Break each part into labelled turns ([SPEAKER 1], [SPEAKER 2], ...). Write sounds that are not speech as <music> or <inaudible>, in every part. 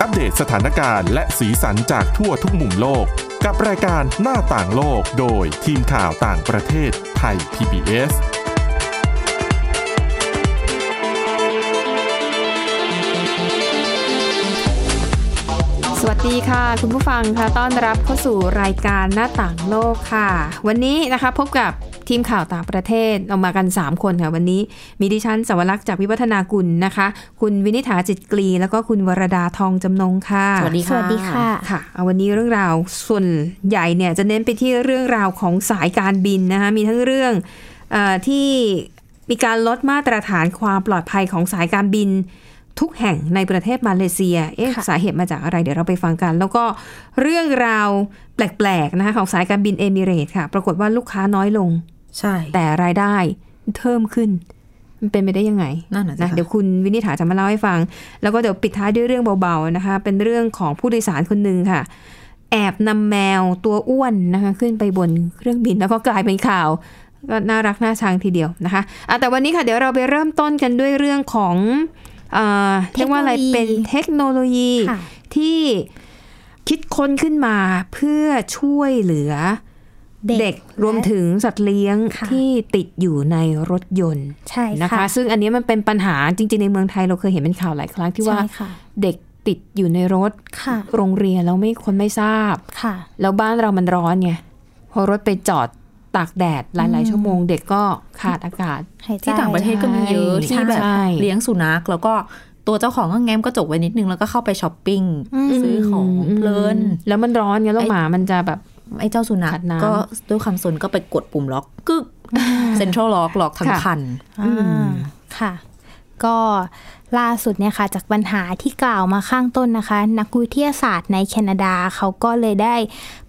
[SPEAKER 1] อัปเดตสถานการณ์และสีสันจากทั่วทุกมุมโลก กับรายการหน้าต่างโลกโดยทีมข่าวต่างประเทศไทย PBS
[SPEAKER 2] สวัสดีค่ะ คุณผู้ฟังค่ะต้อนรับเข้าสู่รายการหน้าต่างโลกค่ะ วันนี้นะคะพบกับทีมข่าวต่างประเทศเรามากัน 3 คนค่ะ วันนี้มีดิฉันสวรักษ์จากวิวัฒนากุลนะคะ คุณวินิษฐาจิตกรี แล้วก็คุณวรดาทองจำนงค่ะ
[SPEAKER 3] สวัสดีค่ะ
[SPEAKER 4] สวัสดีค่ะ
[SPEAKER 2] ค่ะเอาวันนี้เรื่องราวส่วนใหญ่เนี่ยจะเน้นไปที่เรื่องราวของสายการบินนะคะมีทั้งเรื่องเออที่มีการลดมาตรฐานความปลอดภัยของสายการบิน ทุกแห่งในประเทศมาเลเซีย เอ๊ะ
[SPEAKER 4] ค่ะ
[SPEAKER 2] สาเหตุมาจากอะไร เดี๋ยวเราไปฟังกัน แล้วก็เรื่องราวแปลกๆนะคะของสายการบินเอมิเรตค่ะ ปรากฏว่าลูกค้าน้อยลง
[SPEAKER 3] ใช่
[SPEAKER 2] แต่รายได้เพิ่มขึ้น มันเป็นไปได้ยังไง
[SPEAKER 3] นั่นน่ะสิ
[SPEAKER 2] นะ
[SPEAKER 3] ค่ะ
[SPEAKER 2] เดี๋ยวคุณวินิษฐาจะมาเล่าให้ฟัง แล้วก็เดี๋ยวปิดท้ายด้วยเรื่องเบาๆนะคะ เป็นเรื่องของผู้โดยสารคนหนึ่งค่ะ แอบนำแมวตัวอ้วนนะคะ ขึ้นไปบนเครื่องบินแล้วก็กลายเป็นข่าวก็น่ารักน่าชังทีเดียวนะคะอ่ะแต่วันนี้ค่ะเดี๋ยวเราไปเริ่มต้นกันด้วยเรื่องของเอ่อเรียกว่าอะไรเป็นเทคโนโลยี
[SPEAKER 4] ค่ะ
[SPEAKER 2] ที่คิดค้นขึ้นมาเพื่อช่วยเหลือ เด็กรวมถึงสัตว์เลี้ยง
[SPEAKER 4] ค่ะ
[SPEAKER 2] ที่ติดอยู่ในรถยนต์
[SPEAKER 4] ใช่
[SPEAKER 2] นะคะ ซึ่งอันนี้มันเป็นปัญหาจริง ๆ ในเมืองไทยเราเคยเห็นเป็นข่าวหลายครั้งที่ว่า
[SPEAKER 4] ใช่ค่ะ
[SPEAKER 2] เด็กติดอยู่ในรถ
[SPEAKER 4] ค่ะ
[SPEAKER 2] โรงเรียนแล้วไม่คนไม่ทราบ
[SPEAKER 4] ค่ะ
[SPEAKER 2] แล้วบ้านเรามันร้อนไงพอรถไปจอดตากแดดหลาย ๆ ชั่วโมง เด็กก็ขาดอากาศ
[SPEAKER 4] หยใจ
[SPEAKER 3] ที่ต่างประเทศก็มีเยอะ
[SPEAKER 2] ใช่
[SPEAKER 3] ที่แบบ
[SPEAKER 2] ใช่
[SPEAKER 3] เลี้ยงสุนัขแล้วก็ตัวเจ้าของก็แง้มกระจกไว้นิดนึงแล้วก็เข้าไปช้อปปิ้ง ซื้อของเพลิน
[SPEAKER 2] แล้วมันร้อนไงแล้ว
[SPEAKER 3] ไอ้
[SPEAKER 2] หมามันจะแบบ
[SPEAKER 3] ไอ้เจ้าสุนัข
[SPEAKER 2] ขัดน้ำ
[SPEAKER 3] ก็ด้วยความสนก็ไปกดปุ่มล็อกกึกเซ็นทรัลล็อกล็อกทั้ง
[SPEAKER 2] ค่ะ
[SPEAKER 3] คัน
[SPEAKER 4] อ่าค่ะ ก็ล่าสุดเนี่ยค่ะ จากปัญหาที่กล่าวมาข้างต้นนะคะ นักวิทยาศาสตร์ในแคนาดาเขาก็เลยได้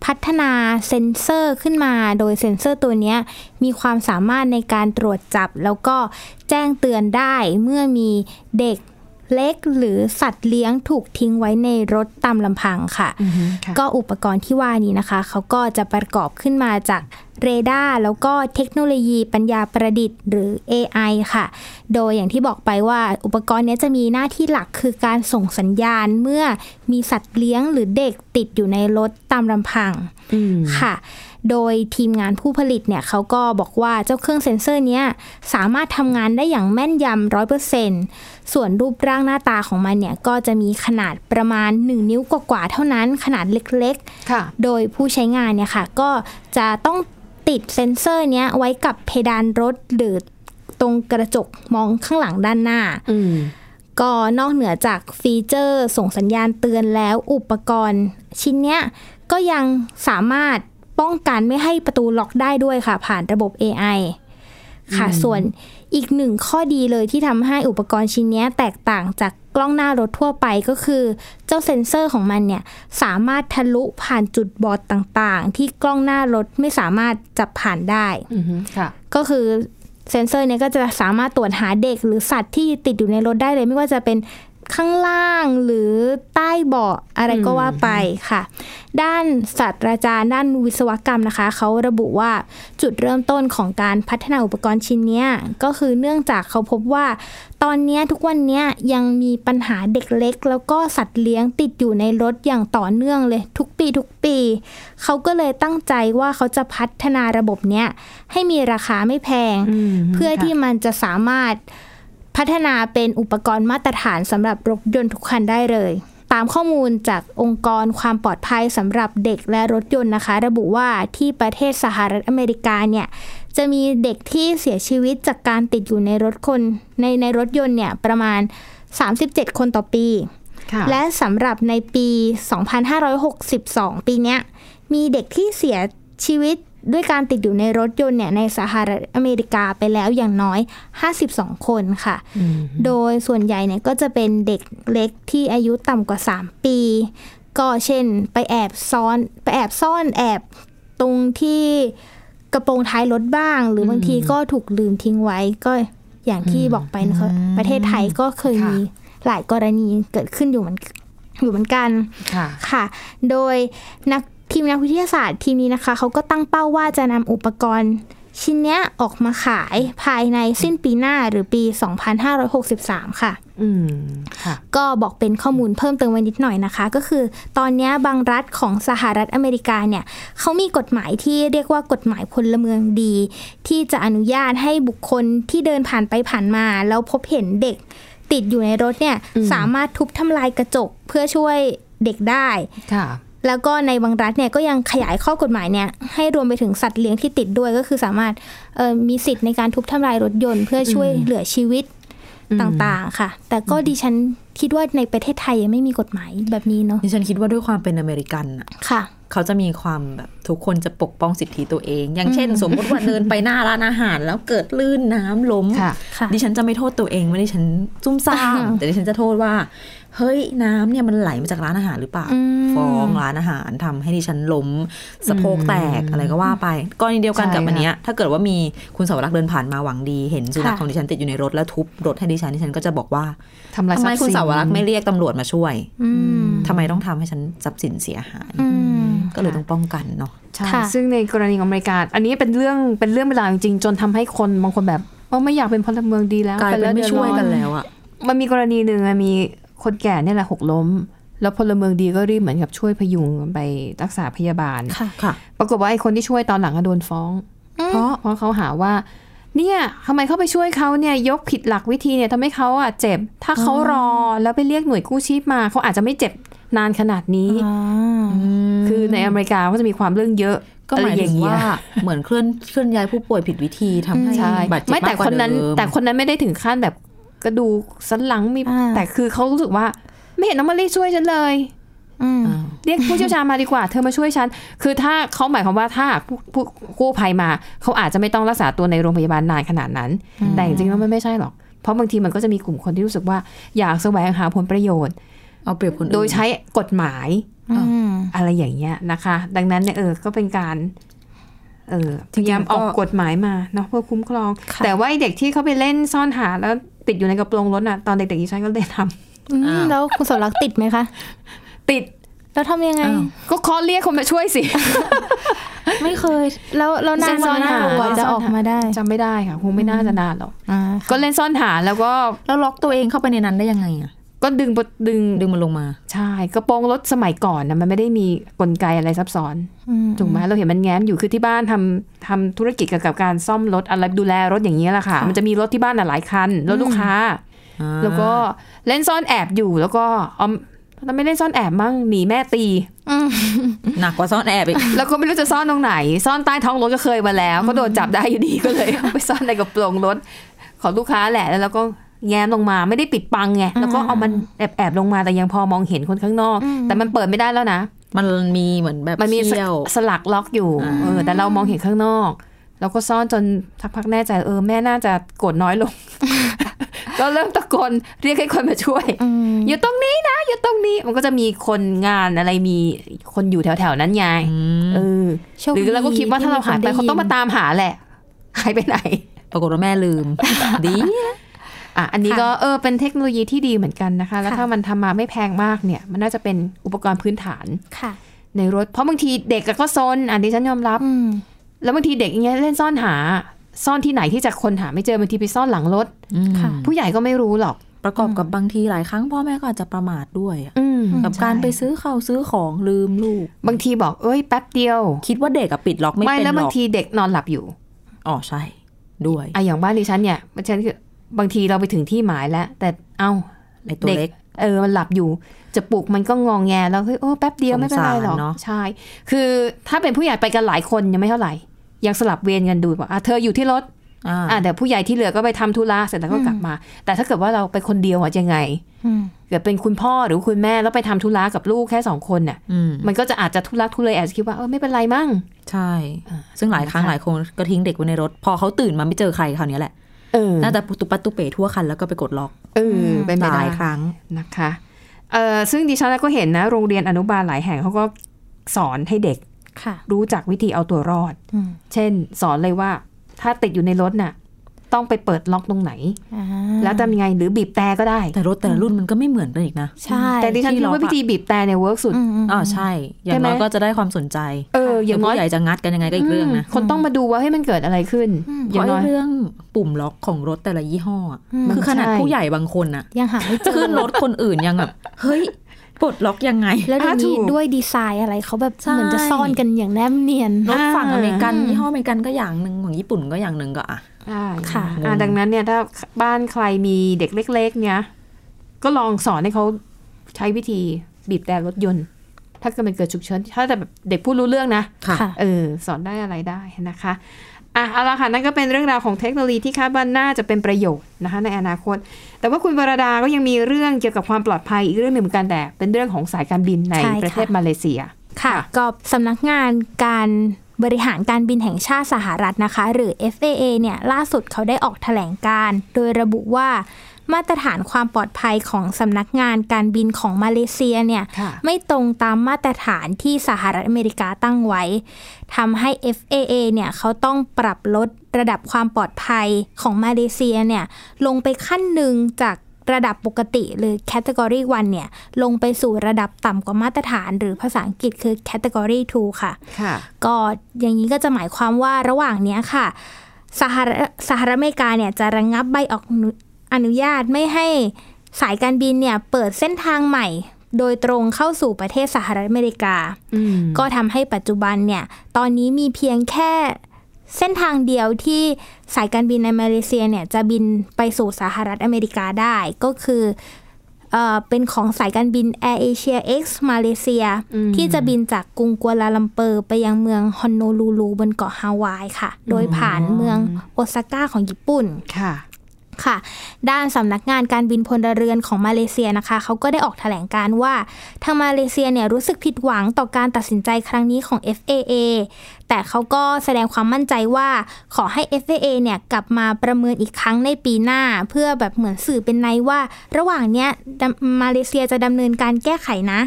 [SPEAKER 4] พัฒนาเซ็นเซอร์ขึ้นมา โดยเซ็นเซอร์ตัวเนี้ยมีความสามารถในการตรวจจับ แล้วก็แจ้งเตือนได้เมื่อมีเด็กเล็กหรือสัตว์เลี้ยงถูกทิ้งไว้ในรถตามลำพังค่ะ
[SPEAKER 2] ก็
[SPEAKER 4] ก็อุปกรณ์ที่ว่านี้นะคะ เขาก็จะประกอบขึ้นมาจากเรดาร์แล้วก็เทคโนโลยีปัญญาประดิษฐ์หรือ AI ค่ะ โดยอย่างที่บอกไปว่าอุปกรณ์เนี้ยจะมีหน้าที่หลักคือการส่งสัญญาณเมื่อมีสัตว์เลี้ยงหรือเด็กติดอยู่ในรถตามลำพัง ค่ะ โดยทีมงานผู้ผลิตเนี่ยเขาก็บอกว่าเจ้าเครื่องเซ็นเซอร์เนี้ยสามารถทำงานได้อย่างแม่นยำร้อยเปอร์เซ็นส่วนรูปร่างหน้าตาของมันเนี่ยก็จะมีขนาดประมาณ 1 นิ้วกว่าๆเท่านั้นขนาดเล็ก
[SPEAKER 2] ค่ะ
[SPEAKER 4] ๆ โดยผู้ใช้งานเนี่ยค่ะ ก็จะต้องติดเซ็นเซอร์เนี้ยไว้กับเพดานรถหรือตรงกระจกมองข้างหลังด้านหน้า
[SPEAKER 2] อืม
[SPEAKER 4] ก็นอกเหนือจากฟีเจอร์ส่งสัญญาณเตือนแล้วอุปกรณ์ ชิ้นเนี้ยก็ยังสามารถป้องกันไม่ให้ประตูล็อกได้ด้วยค่ะ ผ่านระบบ AI ค่ะส่วนอีกหนึ่งข้อดีเลยที่ทำให้อุปกรณ์ชิ้นเนี้ยแตกต่างจากกล้องหน้ารถทั่วไปก็คือ เจ้าเซ็นเซอร์ของมันเนี่ยสามารถทะลุผ่านจุดบอดต่างๆ ที่กล้องหน้ารถไม่สามารถจับผ่านได้
[SPEAKER 2] อืมค่ะ
[SPEAKER 4] ก็คือเซ็นเซอร์เนี่ยก็จะสามารถตรวจหาเด็กหรือสัตว์ที่ติดอยู่ในรถได้เลย ไม่ว่าจะเป็นข้างล่างหรือใต้เบาะอะไรก็ว่าไปค่ะ ด้านศาสตราจารย์ด้านวิศวกรรมนะคะ เขาระบุว่าจุดเริ่มต้นของการพัฒนาอุปกรณ์ชิ้นเนี้ยก็คือเนื่องจากเขาพบว่า ตอนเนี้ยทุกวันเนี้ยยังมีปัญหาเด็กเล็ก แล้วก็สัตว์เลี้ยงติดอยู่ในรถอย่างต่อเนื่องเลย ทุกปีทุกปี เขาก็เลยตั้งใจว่าเขาจะพัฒนาระบบเนี้ยให้มีราคาไม่แพง
[SPEAKER 2] อืม
[SPEAKER 4] เพื่อ
[SPEAKER 2] ค่ะ
[SPEAKER 4] ที่มันจะสามารถพัฒนาเป็นอุปกรณ์มาตรฐานสำหรับรถยนต์ทุกคันได้เลย ตามข้อมูลจากองค์กรความปลอดภัยสำหรับเด็กและรถยนต์นะคะ ระบุว่าที่ประเทศสหรัฐอเมริกาเนี่ย จะมีเด็กที่เสียชีวิตจากการติดอยู่ในรถคนในในรถยนต์เนี่ยประมาณ 37 คนต่อปี
[SPEAKER 2] ค่ะ
[SPEAKER 4] และสำหรับในปี 2562 ปีเนี้ย มีเด็กที่เสียชีวิตด้วยการติดอยู่ในรถยนต์เนี่ยในสหรัฐอเมริกาไปแล้วอย่างน้อย 52 คนค่ะ โดยส่วนใหญ่เนี่ยก็จะเป็นเด็กเล็กที่อายุต่ำกว่า 3 ปี ก็เช่นไปแอบซ้อนไปแอบซ่อนแอบตรงที่กระโปรงท้ายรถบ้าง หรืออบางทีก็ถูกลืมทิ้งไว้ก็อย่างที่บอกไปนะคะประเทศไทยก็เคย
[SPEAKER 2] ค่ะ
[SPEAKER 4] มีหลายกรณีเกิดขึ้นอยู่เหมือนอยู่เหมือนกัน
[SPEAKER 2] ค่ะ
[SPEAKER 4] ค่ะ โดยนักทีมนักวิทยาศาสตร์ทีมนี้นะคะ เขาก็ตั้งเป้าว่าจะนำอุปกรณ์ ชิ้นเนี้ยออกมาขายภายในสิ้นปีหน้าหรือปี 2563 ค่ะ
[SPEAKER 2] อืมค่ะ
[SPEAKER 4] ก็บอกเป็นข้อมูลเพิ่มเติมไว้นิดหน่อยนะคะ ก็คือตอนเนี้ยบางรัฐของสหรัฐอเมริกาเนี่ยเขามีกฎหมายที่เรียกว่ากฎหมายพลเมืองดี ที่จะอนุญาตให้บุคคลที่เดินผ่านไปผ่านมา แล้วพบเห็นเด็กติดอยู่ในรถเนี่ย
[SPEAKER 2] อืม
[SPEAKER 4] สามารถทุบทำลายกระจกเพื่อช่วยเด็กได้
[SPEAKER 2] ค่ะ
[SPEAKER 4] แล้วก็ในบางรัฐเนี่ยก็ยังขยายข้อกฎหมายเนี่ยให้รวมไปถึงสัตว์เลี้ยงที่ติดด้วยก็คือสามารถเอ่อมีสิทธิ์ในการทุบทำลายรถยนต์เพื่อช่วยเหลือชีวิต
[SPEAKER 2] อืม
[SPEAKER 4] ต่างๆค่ะ แต่ก็ดิฉันคิดว่าในประเทศไทยยังไม่มีกฎหมายแบบนี้เนาะ
[SPEAKER 3] ดิฉันคิดว่าด้วยความเป็นอเมริกันน่ะ
[SPEAKER 4] ค่ะ
[SPEAKER 3] เขาจะมีความแบบทุกคนจะปกป้องสิทธิตัวเอง อย่างเช่น สมมติว่าเดินไปหน้าร้านอาหาร แล้วเกิดลื่นน้ำล้ม
[SPEAKER 2] ค่ะ
[SPEAKER 4] ค่ะ
[SPEAKER 3] ดิฉันจะไม่โทษตัวเองว่าดิฉันซุ่มซ่าม
[SPEAKER 4] อ่าฮะ
[SPEAKER 3] แต่ดิฉันจะโทษว่า เฮ้ยน้ำเนี่ยมันไหลมาจากร้านอาหารหรือเปล่า
[SPEAKER 4] อืม
[SPEAKER 3] ฟ้องร้านอาหารทำให้ดิฉันล้มสะโพกแตกอะไรก็ว่าไปกรณีเดียวกัน
[SPEAKER 2] ใช่
[SPEAKER 3] กับอัน
[SPEAKER 2] ค่ะ
[SPEAKER 3] เนี้ยถ้าเกิดว่ามีคุณสาวรักษ์เดินผ่านมาหวังดีเห็นสุนัขของดิฉันติดอยู่ในรถแล้วทุบรถให้ดิฉันดิฉันก็จะบอกว่า
[SPEAKER 2] ทำลายทรั
[SPEAKER 3] ทำไม
[SPEAKER 2] พย์สิน
[SPEAKER 3] คุณสาวรักษ์ไม่เรียกตำรวจมาช่วย
[SPEAKER 4] อืม
[SPEAKER 3] ทำไมต้องทำให้ฉันทรัพย์สินเสียหาย
[SPEAKER 4] อืม
[SPEAKER 3] ก็เลยต้องป้องกันเนาะ
[SPEAKER 2] ใช่
[SPEAKER 4] ค่ะ
[SPEAKER 2] ซึ่งในกรณีของอเมริกา อันนี้เป็นเรื่องเป็นเรื่องเป็นราวจริงๆ จนทำให้คนบางคนแบบเออไม่อยากเป็นพลเมืองดีแล้ว
[SPEAKER 3] กลายเป็นไม่
[SPEAKER 2] ดือด
[SPEAKER 3] ช่วย
[SPEAKER 2] ร้อ
[SPEAKER 3] กันแล้วอะ
[SPEAKER 2] มันมีกรณีหนึ่งอะมีคนแก่เนี่ยแหละหกล้ม แล้วพลเมืองดีก็รีบเหมือนกับช่วยพยุงไปรักษาพยาบาล
[SPEAKER 4] ค่ะ
[SPEAKER 3] ค่ะ
[SPEAKER 2] ปรากฏว่าไอ้คนที่ช่วยตอนหลังก็โดนฟ้อง เพราะเพราะเขาหาว่า เนี่ยทำไมเขาไปช่วยเขาเนี่ยยกผิดหลักวิธีเนี่ยทำให้เขาอ่ะเจ็บ ถ้าเขารอแล้วไปเรียกหน่วยกู้ชีพมาเขาอาจจะไม่เจ็บนานขนาดนี้
[SPEAKER 4] อ๋อ
[SPEAKER 2] คือในอเมริกาก็จะมีความเรื่องเยอะ
[SPEAKER 3] ก็หมาย
[SPEAKER 2] อะไรอ
[SPEAKER 3] ถึง
[SPEAKER 2] เ
[SPEAKER 3] ว่าเหมือนเคลื่อนเคลื่อนย้ายผู้ป่วยผิดวิธีทำให้
[SPEAKER 2] ใช่
[SPEAKER 3] บาดเจ็บ
[SPEAKER 2] ไม่แต่
[SPEAKER 3] มากกว่า
[SPEAKER 2] คนนั้น
[SPEAKER 3] เดิม
[SPEAKER 2] แต่คนนั้นไม่ได้ถึงขั้นแบบกระดูกสันหลังมี
[SPEAKER 4] อ่า
[SPEAKER 2] แต่คือเขารู้สึกว่า ไม่เห็นน้องมารีช่วยฉันเลย
[SPEAKER 4] อืม
[SPEAKER 2] เรียกผู้เชี่ยวชาญมาดีกว่า เธอมาช่วยฉัน คือถ้าเขาหมายความว่าถ้าผู้ผู้กู้ภัยมา เขาอาจจะไม่ต้องรักษาตัวในโรงพยาบาลนานขนาดนั้น แต่จริงๆแล้วมันไม่ใช่หรอก เพราะบางทีมันก็จะมีกลุ่มคนที่รู้สึกว่า อยากแสวงหาผลประโยชน์
[SPEAKER 3] เอาเปรียบคนอื่น
[SPEAKER 2] โดยใช้กฎหมาย
[SPEAKER 4] อืม
[SPEAKER 2] อะไรอย่างเงี้ยนะคะ ดังนั้นเนี่ยเออก็เป็นการ เออพ
[SPEAKER 3] จริงๆ
[SPEAKER 2] ยายาม
[SPEAKER 3] ก็
[SPEAKER 2] ออกกฎหมายมาเนาะเพื่อคุ้มครอง
[SPEAKER 4] ค่ะ
[SPEAKER 2] แต่ว่าไอ้เด็กที่เขาไปเล่นซ่อนหาแล้วติดอยู่ในกระโปรงรถน่ะตอนเด็กๆดิฉันก็เล่นท
[SPEAKER 4] อืมแล้วคุณสวรักษ์ติดไหมคะ
[SPEAKER 2] ำติด
[SPEAKER 4] แล้วทำยังไง
[SPEAKER 3] อ้าว
[SPEAKER 2] ก็เคอเรียกคนมาช่วยสิ
[SPEAKER 4] ไม่เคย แล้วแล้วนาน
[SPEAKER 2] ซ่
[SPEAKER 4] ซ้
[SPEAKER 2] อ
[SPEAKER 4] อน น
[SPEAKER 2] หา
[SPEAKER 4] หากว่าจะออกมาได้
[SPEAKER 2] <laughs> จำไม่ได้ค่ะคงไม่น่าจะนานหรอก
[SPEAKER 4] อ่า
[SPEAKER 2] ก็เล่นซ่อนหาแล้วก็
[SPEAKER 3] แล้วล็อกตัวเองเข้าไปในนั้นได้ยังไงอะ
[SPEAKER 2] ก็ดึงปะดึง
[SPEAKER 3] ดึงมันลงมา
[SPEAKER 2] ใช่กระโปรงรถสมัยก่อนนะมันไม่ได้มีกลไกอะไรซับซ้อน
[SPEAKER 4] อืม
[SPEAKER 2] ถูกไหมเราเห็นมันแง้มอยู่คือที่บ้านทำทำธุรกิจเกี่ยวกับการซ่อมรถอะไรดูแลรถอย่างนี้ยแหละค่ะ
[SPEAKER 4] ค่ะ
[SPEAKER 2] มันจะมีรถที่บ้านน่ะหลายคันรถลูกค้า แล้วก็เล่นซ่อนแอบอยู่แล้วก็ออมเราไม่เล่นซ่อนแอบมั่งหนีแม่ตี
[SPEAKER 4] อืม
[SPEAKER 3] หนักกว่าซ่อนแอบอีก
[SPEAKER 2] <laughs> แล้วก็ไม่รู้จะซ่อนตรงไหน ซ่อนใต้ท้องรถก็เคยมาแล้ว ก็โดนจับได้อยู่ดีก็เลย <laughs> เอาไปซ่อนในกระโปรงรถของลูกค้าแหละแล้วเราก็แง้มลงมาไม่ได้ปิดบังไงแล้วก็เอามันแอบแอบๆลงมาแต่ยังพอมองเห็นคนข้างนอก
[SPEAKER 4] อืม
[SPEAKER 2] แต่มันเปิดไม่ได้แล้วนะ
[SPEAKER 3] มันมีเหมือนแบบ
[SPEAKER 2] มันมีส
[SPEAKER 3] เขี้ยว
[SPEAKER 2] สลักล็อกอยู่
[SPEAKER 3] อ่า
[SPEAKER 2] เออแต่เรามองเห็นข้างนอกเราก็ซ่อนจนสักพักแน่ใจเออแม่น่าจะโกรธน้อยลง <laughs> ก็เริ่มตะโกนเรียกให้คนมาช่วย
[SPEAKER 4] อืม
[SPEAKER 2] อยู่ตรงนี้นะ อยู่ตรงนี้มันก็จะมีคนงานอะไรมีคนอยู่แถวๆนั้นไงเออ
[SPEAKER 4] โชค
[SPEAKER 2] หรือเราก็คิดว่าถ้าเราหายไป
[SPEAKER 4] ที่
[SPEAKER 2] เขาต้องมาตามหาแหละ <laughs> หายไปไหน
[SPEAKER 3] ปรากฏว่าแม่ลืม ดี
[SPEAKER 2] อ่ะ อันนี้ก็เออเป็นเทคโนโลยีที่ดีเหมือนกันนะคะ แล้วถ้ามันทำมาไม่แพงมากเนี่ย มันน่าจะเป็นอุปกรณ์พื้นฐาน
[SPEAKER 4] ค่ะ
[SPEAKER 2] ในรถ เพราะบางทีเด็กก็ซนอันนี้ฉันยอมรับ
[SPEAKER 4] อืม
[SPEAKER 2] แล้วบางทีเด็กอย่างเงี้ยเล่นซ่อนหา ซ่อนที่ไหนที่จะคนหาไม่เจอบางทีไปซ่อนหลังรถ
[SPEAKER 4] ค่ะ
[SPEAKER 2] ผู้ใหญ่ก็ไม่รู้หรอก
[SPEAKER 3] ประกอบกับบางทีหลายครั้งพ่อแม่ก็อาจจะประมาทด้วยอะ
[SPEAKER 2] อืม
[SPEAKER 3] กับการไปซื้อข้าวซื้อของลืมลูก
[SPEAKER 2] บางทีบอกเอ้ยแป๊บเดียว
[SPEAKER 3] คิดว่าเด็กอะปิดล็อกไม่
[SPEAKER 2] ไม่
[SPEAKER 3] เป็น
[SPEAKER 2] แล้ว
[SPEAKER 3] หร
[SPEAKER 2] บาง
[SPEAKER 3] อก
[SPEAKER 2] ทีเด็กนอนหลับอยู่
[SPEAKER 3] อ๋อใช่ ด้วย
[SPEAKER 2] อะอย่างบ้านดิฉันเนี่ยดิฉันคือบางทีเราไปถึงที่หมายแล้ว แต่เอ้า
[SPEAKER 3] ไอ้ตัวเล็ก
[SPEAKER 2] เออมันหลับอยู่ จะปลุกมันก็งองแงแล้วเฮ้ยโอ้แป๊บเดียวไม่เป็นไรหรอก
[SPEAKER 3] สงสารเนอะ
[SPEAKER 2] ใช่ คือถ้าเป็นผู้ใหญ่ไปกันหลายคนยังไม่เท่าไหร่ ยังสลับเวรกันดูบอกอ่ะเธออยู่ที่รถ
[SPEAKER 3] อ่า
[SPEAKER 2] อ่ะเดี๋ยวผู้ใหญ่ที่เหลือก็ไปทำธุระเสร็จแล้วก็กลับมา แต่ถ้าเกิดว่าเราไปคนเดียวอ่ะยังไง
[SPEAKER 4] อืม
[SPEAKER 2] เกิดเป็นคุณพ่อหรือคุณแม่แล้วไปทำธุระกับลูกแค่สองคนน่ะ
[SPEAKER 3] อืม
[SPEAKER 2] มันก็จะอาจจะทุรักทุเลยอาจจะคิดว่าเออไม่เป็นไรมั้ง
[SPEAKER 3] ใช่ ซึ่งหลายครั้ง
[SPEAKER 2] ค่ะ
[SPEAKER 3] หลายคนก็ทิ้งเด็กไว้ในรถ พอเขาตื่นมาไม่เจอใครคราวเนี้ยแหละ
[SPEAKER 2] เออ
[SPEAKER 3] น่าจะปุตุปัตตุเป๋ทั่วคันแล้วก็ไปกดล็อก
[SPEAKER 2] เออเป็นไป
[SPEAKER 3] ห
[SPEAKER 2] ได้
[SPEAKER 3] ลายครั้ง
[SPEAKER 2] นะคะเอ่อซึ่งดิฉันก็เห็นนะ โรงเรียนอนุบาลหลายแห่งเขาก็สอนให้เด็ก
[SPEAKER 4] ค่ะ
[SPEAKER 2] รู้จักวิธีเอาตัวรอด
[SPEAKER 4] อืม
[SPEAKER 2] เช่น สอนเลยว่าถ้าติดอยู่ในรถน่ะ ต้องไปเปิดล็อกตรงไหน
[SPEAKER 4] อ่า
[SPEAKER 2] แล้วทำยังไงหรือบีบแต่ก็ได้
[SPEAKER 3] แต่รถแต่ละรุ่นมันก็ไม่เหมือนกันอีกนะ
[SPEAKER 4] ใช่
[SPEAKER 2] แต่ดิฉันคิ
[SPEAKER 3] ที่
[SPEAKER 2] ด
[SPEAKER 3] ล็อก
[SPEAKER 2] ว่า
[SPEAKER 3] อะ
[SPEAKER 2] วิธีบีบแต่เนี่ยเวิร์กสุด
[SPEAKER 4] อืมม
[SPEAKER 3] อ๋อใช่ อย่า
[SPEAKER 2] ใช่
[SPEAKER 3] ง
[SPEAKER 2] ไหม
[SPEAKER 3] น้อยก็จะได้ความสนใจ
[SPEAKER 2] เออ อย่างน้อย
[SPEAKER 3] แต่ผู้ใหญ่จะงัดกันยังไงก็อีกเรื่องนะ
[SPEAKER 2] มคนต้องมาดูว่าให้มันเกิดอะไรขึ้น
[SPEAKER 4] อืม
[SPEAKER 2] อ
[SPEAKER 3] เพ
[SPEAKER 2] ย่า
[SPEAKER 3] ราะ
[SPEAKER 2] งน้อย
[SPEAKER 3] ไอ้เรื่องปุ่มล็อกของรถแต่ละยี่ห้ออะ
[SPEAKER 4] อืม
[SPEAKER 3] คือขนาด
[SPEAKER 2] ใช่
[SPEAKER 3] ผู้ใหญ่บางคนอะ
[SPEAKER 4] ยังหาไม่เจอ
[SPEAKER 3] ขึ้นรถคนอื่นยังแบบ <laughs> เฮ้ยปลดล็อกยังไง
[SPEAKER 4] แล้วเดี๋ยวนี้
[SPEAKER 2] อ่าถูก
[SPEAKER 4] ด้วยดีไซน์อะไรเขาแบบ
[SPEAKER 3] ใช่
[SPEAKER 4] เหมือนจะซ่อนกันอย่างแนบเนียน
[SPEAKER 3] รถฝั่ง
[SPEAKER 2] อ่า
[SPEAKER 3] อเมริกัน
[SPEAKER 4] อืม
[SPEAKER 3] ยี่ห้ออเมริกันก็อย่างหนึ่งของญี่ปุ่นก็อย่างหนึ่งก็อ่ะ
[SPEAKER 2] อ่า
[SPEAKER 4] ค่ะ
[SPEAKER 2] อ่าดังนั้นเนี่ยถ้าบ้านใครมีเด็กเล็ก ๆ เนี่ย ก็ลองสอนให้เขาใช้วิธีบีบแต่รถยนต์ ถ้าเกิดมันเกิดฉุกเฉินถ้าแต่แบบเด็กพูดรู้เรื่องนะ
[SPEAKER 4] ค่ะ
[SPEAKER 2] เออสอนได้อะไรได้นะคะอ่ะเอาละค่ะนั่นก็เป็นเรื่องราวของเทคโนโลยีที่คาดว่าน่าจะเป็นประโยชน์นะคะในอนาคต แต่ว่าคุณวรดาก็ยังมีเรื่องเกี่ยวกับความปลอดภัยอีกเรื่องหนึ่งเหมือนกันแต่เป็นเรื่องของสายการบินใน
[SPEAKER 4] ใช่ค่ะ
[SPEAKER 2] ประเทศมาเลเซีย
[SPEAKER 4] ค่ะ ก็สำนักงานการบริหารการบินแห่งชาติสหรัฐนะคะ หรือ FAA เนี่ยล่าสุดเขาได้ออกแถลงการณ์โดยระบุว่ามาตรฐานความปลอดภัยของสำนักงานการบินของมาเลเซียเนี่ย
[SPEAKER 2] ค่ะ
[SPEAKER 4] ไม่ตรงตามมาตรฐานที่สหรัฐอเมริกาตั้งไว้ทำให้ FAA เนี่ยเขาต้องปรับลดระดับความปลอดภัยของมาเลเซียเนี่ยลงไปขั้นหนึ่งจากระดับปกติหรือ Category 1เนี่ยลงไปสู่ระดับต่ำกว่ามาตรฐานหรือภาษาอังกฤษคือ Category 2 ค่ะ
[SPEAKER 2] ค่ะ
[SPEAKER 4] ก็อย่างนี้ก็จะหมายความว่าระหว่างเนี้ยค่ะสหรัฐสหรัฐอเมริกาเนี่ยจะระงงับใบออกอนุอนุญาตไม่ให้สายการบินเนี่ยเปิดเส้นทางใหม่ โดยตรงเข้าสู่ประเทศสหรัฐอเมริกา
[SPEAKER 2] อืม
[SPEAKER 4] ก็ทำให้ปัจจุบันเนี่ยตอนนี้มีเพียงแค่เส้นทางเดียวที่สายการบินในมาเลเซียเนี่ยจะบินไปสู่สหรัฐอเมริกาได้ก็คือเออเป็นของสายการบิน Air Asia X มาเลเซีย ที่จะบินจากกรุงกัวลาลัมเปอร์ไปยังเมืองฮอนโนลูลูบนเกาะฮาวายค่ะ โดยผ่านเมืองโอซาก้าของญี่ปุ่น
[SPEAKER 2] ค่ะ
[SPEAKER 4] ค่ะด้านสำนักงานการบินพลเรือนของมาเลเซียนะคะ เขาก็ได้ออกแถลงการณ์ว่า ทางมาเลเซียเนี่ยรู้สึกผิดหวังต่อการตัดสินใจครั้งนี้ของ FAA แต่เขาก็แสดงความมั่นใจว่าขอให้ FAA เนี่ยกลับมาประเมินอีกครั้งในปีหน้า เพื่อแบบเหมือนสื่อเป็นในยว่า ระหว่างเนี้ยดำมาเลเซียจะดำเนินการแก้ไขนะ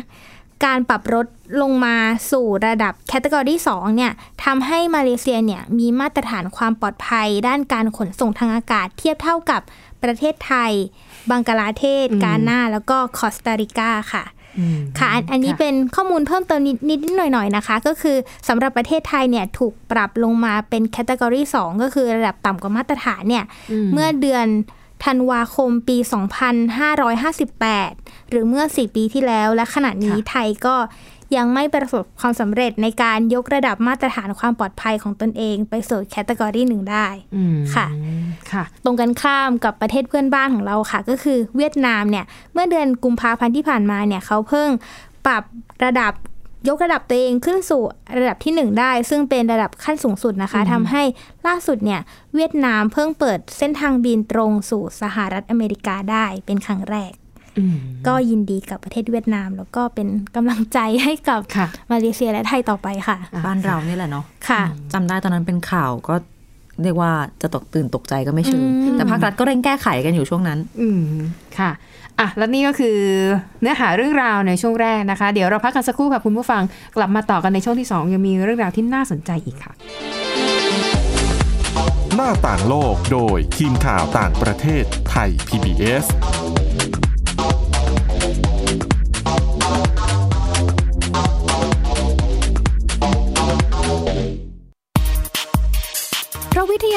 [SPEAKER 4] การปรับลดลงมาสู่ระดับแคตตากรี2เนี่ยทำให้มาเลเซียเนี่ยมีมาตรฐานความปลอดภัย ด้านการขนส่งทางอากาศ เทียบเท่ากับประเทศไทย บังกลาเทศ
[SPEAKER 2] อืม
[SPEAKER 4] กาหน้า แล้วก็คอสตาริกาค่ะ ค่ะอันอันนี้
[SPEAKER 2] ค่ะ
[SPEAKER 4] เป็นข้อมูลเพิ่มเติมนิดนิดหน่อยหน่อยๆนะคะ ก็คือสำหรับประเทศไทยเนี่ยถูกปรับลงมาเป็นแคตตากรี2ก็คือระดับต่ำกว่ามาตรฐานเนี่ย เมื่อเดือนธันวาคมปี 2558 หรือเมื่อ 4 ปีที่แล้ว และขณะนี้
[SPEAKER 2] ค่ะ
[SPEAKER 4] ไทยก็ยังไม่ประสบความสำเร็จในการยกระดับมาตรฐานความปลอดภัยของตนเองไปสู่แคตตากรีหนึ่งได้
[SPEAKER 2] อืม
[SPEAKER 4] ค่ะ
[SPEAKER 2] ค่ะ
[SPEAKER 4] ตรงกันข้ามกับประเทศเพื่อนบ้านของเราค่ะ ก็คือเวียดนามเนี่ย เมื่อเดือนกุมภาพันธ์ที่ผ่านมาเนี่ยเขาเพิ่งปรับระดับยกระดับตัวเองขึ้นสู่ระดับทีหนึ่งได้ ซึ่งเป็นระดับขั้นสูงสุดนะคะทำให้ล่าสุดเนี่ยเวียดนามเพิ่งเปิดเส้นทางบินตรงสู่สหรัฐอเมริกาได้เป็นครั้งแรก
[SPEAKER 2] อืม
[SPEAKER 4] ก็ยินดีกับประเทศเวียดนาม แล้วก็เป็นกำลังใจให้กับ
[SPEAKER 2] ค่ะ
[SPEAKER 4] มาเลเซียและไทยต่อไปค่ะ
[SPEAKER 3] บ้านเรานี่แหละเนาะ
[SPEAKER 4] ค่ะ
[SPEAKER 3] จำได้ตอนนั้นเป็นข่าวก็เรียกว่าจะตกตื่นตกใจก็ไม่เชิง
[SPEAKER 4] อืม
[SPEAKER 3] แต่ภาครัฐก็เร่งแก้ไขกันอยู่ช่วงนั้น
[SPEAKER 2] อืมค่ะอ่ะ แล้วนี่ก็คือเนื้อหาเรื่องราวในช่วงแรกนะคะ เดี๋ยวเราพักกันสักครู่ค่ะคุณผู้ฟังกลับมาต่อกันในช่วงที่สองยังมีเรื่องราวที่น่าสนใจอีกค่ะ
[SPEAKER 1] หน้าต่างโลกโดยทีมข่าวต่างประเทศไทย PBS
[SPEAKER 5] เพราะวิทย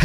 [SPEAKER 6] ให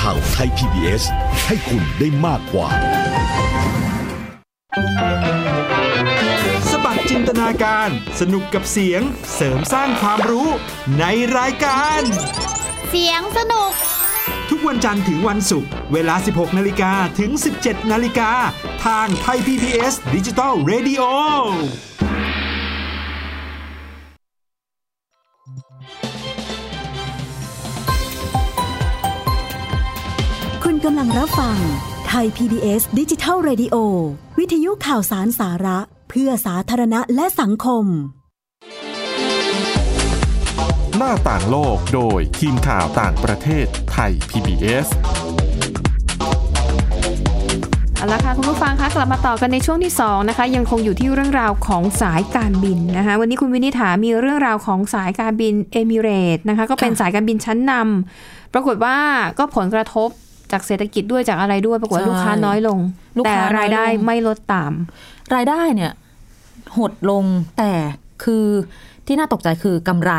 [SPEAKER 6] ข่าวไทย PBS ให้คุณได้มากกว่า
[SPEAKER 7] สบัดจินตนาการ สนุกกับเสียง เสริมสร้างความรู้ในรายการ
[SPEAKER 4] เสียงสนุก
[SPEAKER 7] ทุกวันจันทร์ถึงวันศุกร์เวลา 16 นาฬิกาถึง 17 นาฬิกา ทางไทย PBS ดิจิ t a l Radio
[SPEAKER 8] คุณกำลังรับฟังไทย PBS ดิจิทัล Radio วิทยุข่าวสารสาระ เพื่อสาธารณะและสังคม
[SPEAKER 1] หน้าต่างโลกโดยทีมข่าวต่างประเทศไทย PBS
[SPEAKER 2] เอาละค่ะคุณผู้ฟังคะกลับมาต่อกันในช่วงที่สองนะคะ ยังคงอยู่ที่เรื่องราวของสายการบินนะคะ วันนี้คุณวินิษฐามีเรื่องราวของสายการบินเอมิเรตนะคะ ก็เป็น
[SPEAKER 3] ค่ะ
[SPEAKER 2] สายการบินชั้นนำปรากฏว่าก็ผลกระทบจากเศรษฐกิจด้วยจากอะไรด้วย ปรากฏว่าลูกค้าน้อยลง
[SPEAKER 3] ลูก
[SPEAKER 2] แต่
[SPEAKER 3] ค้าน้อ
[SPEAKER 2] รา
[SPEAKER 3] ยลง
[SPEAKER 2] ยได้ไม่ลดตาม
[SPEAKER 3] รายได้เนี่ยหดลงแต่คือที่น่าตกใจคือกำไร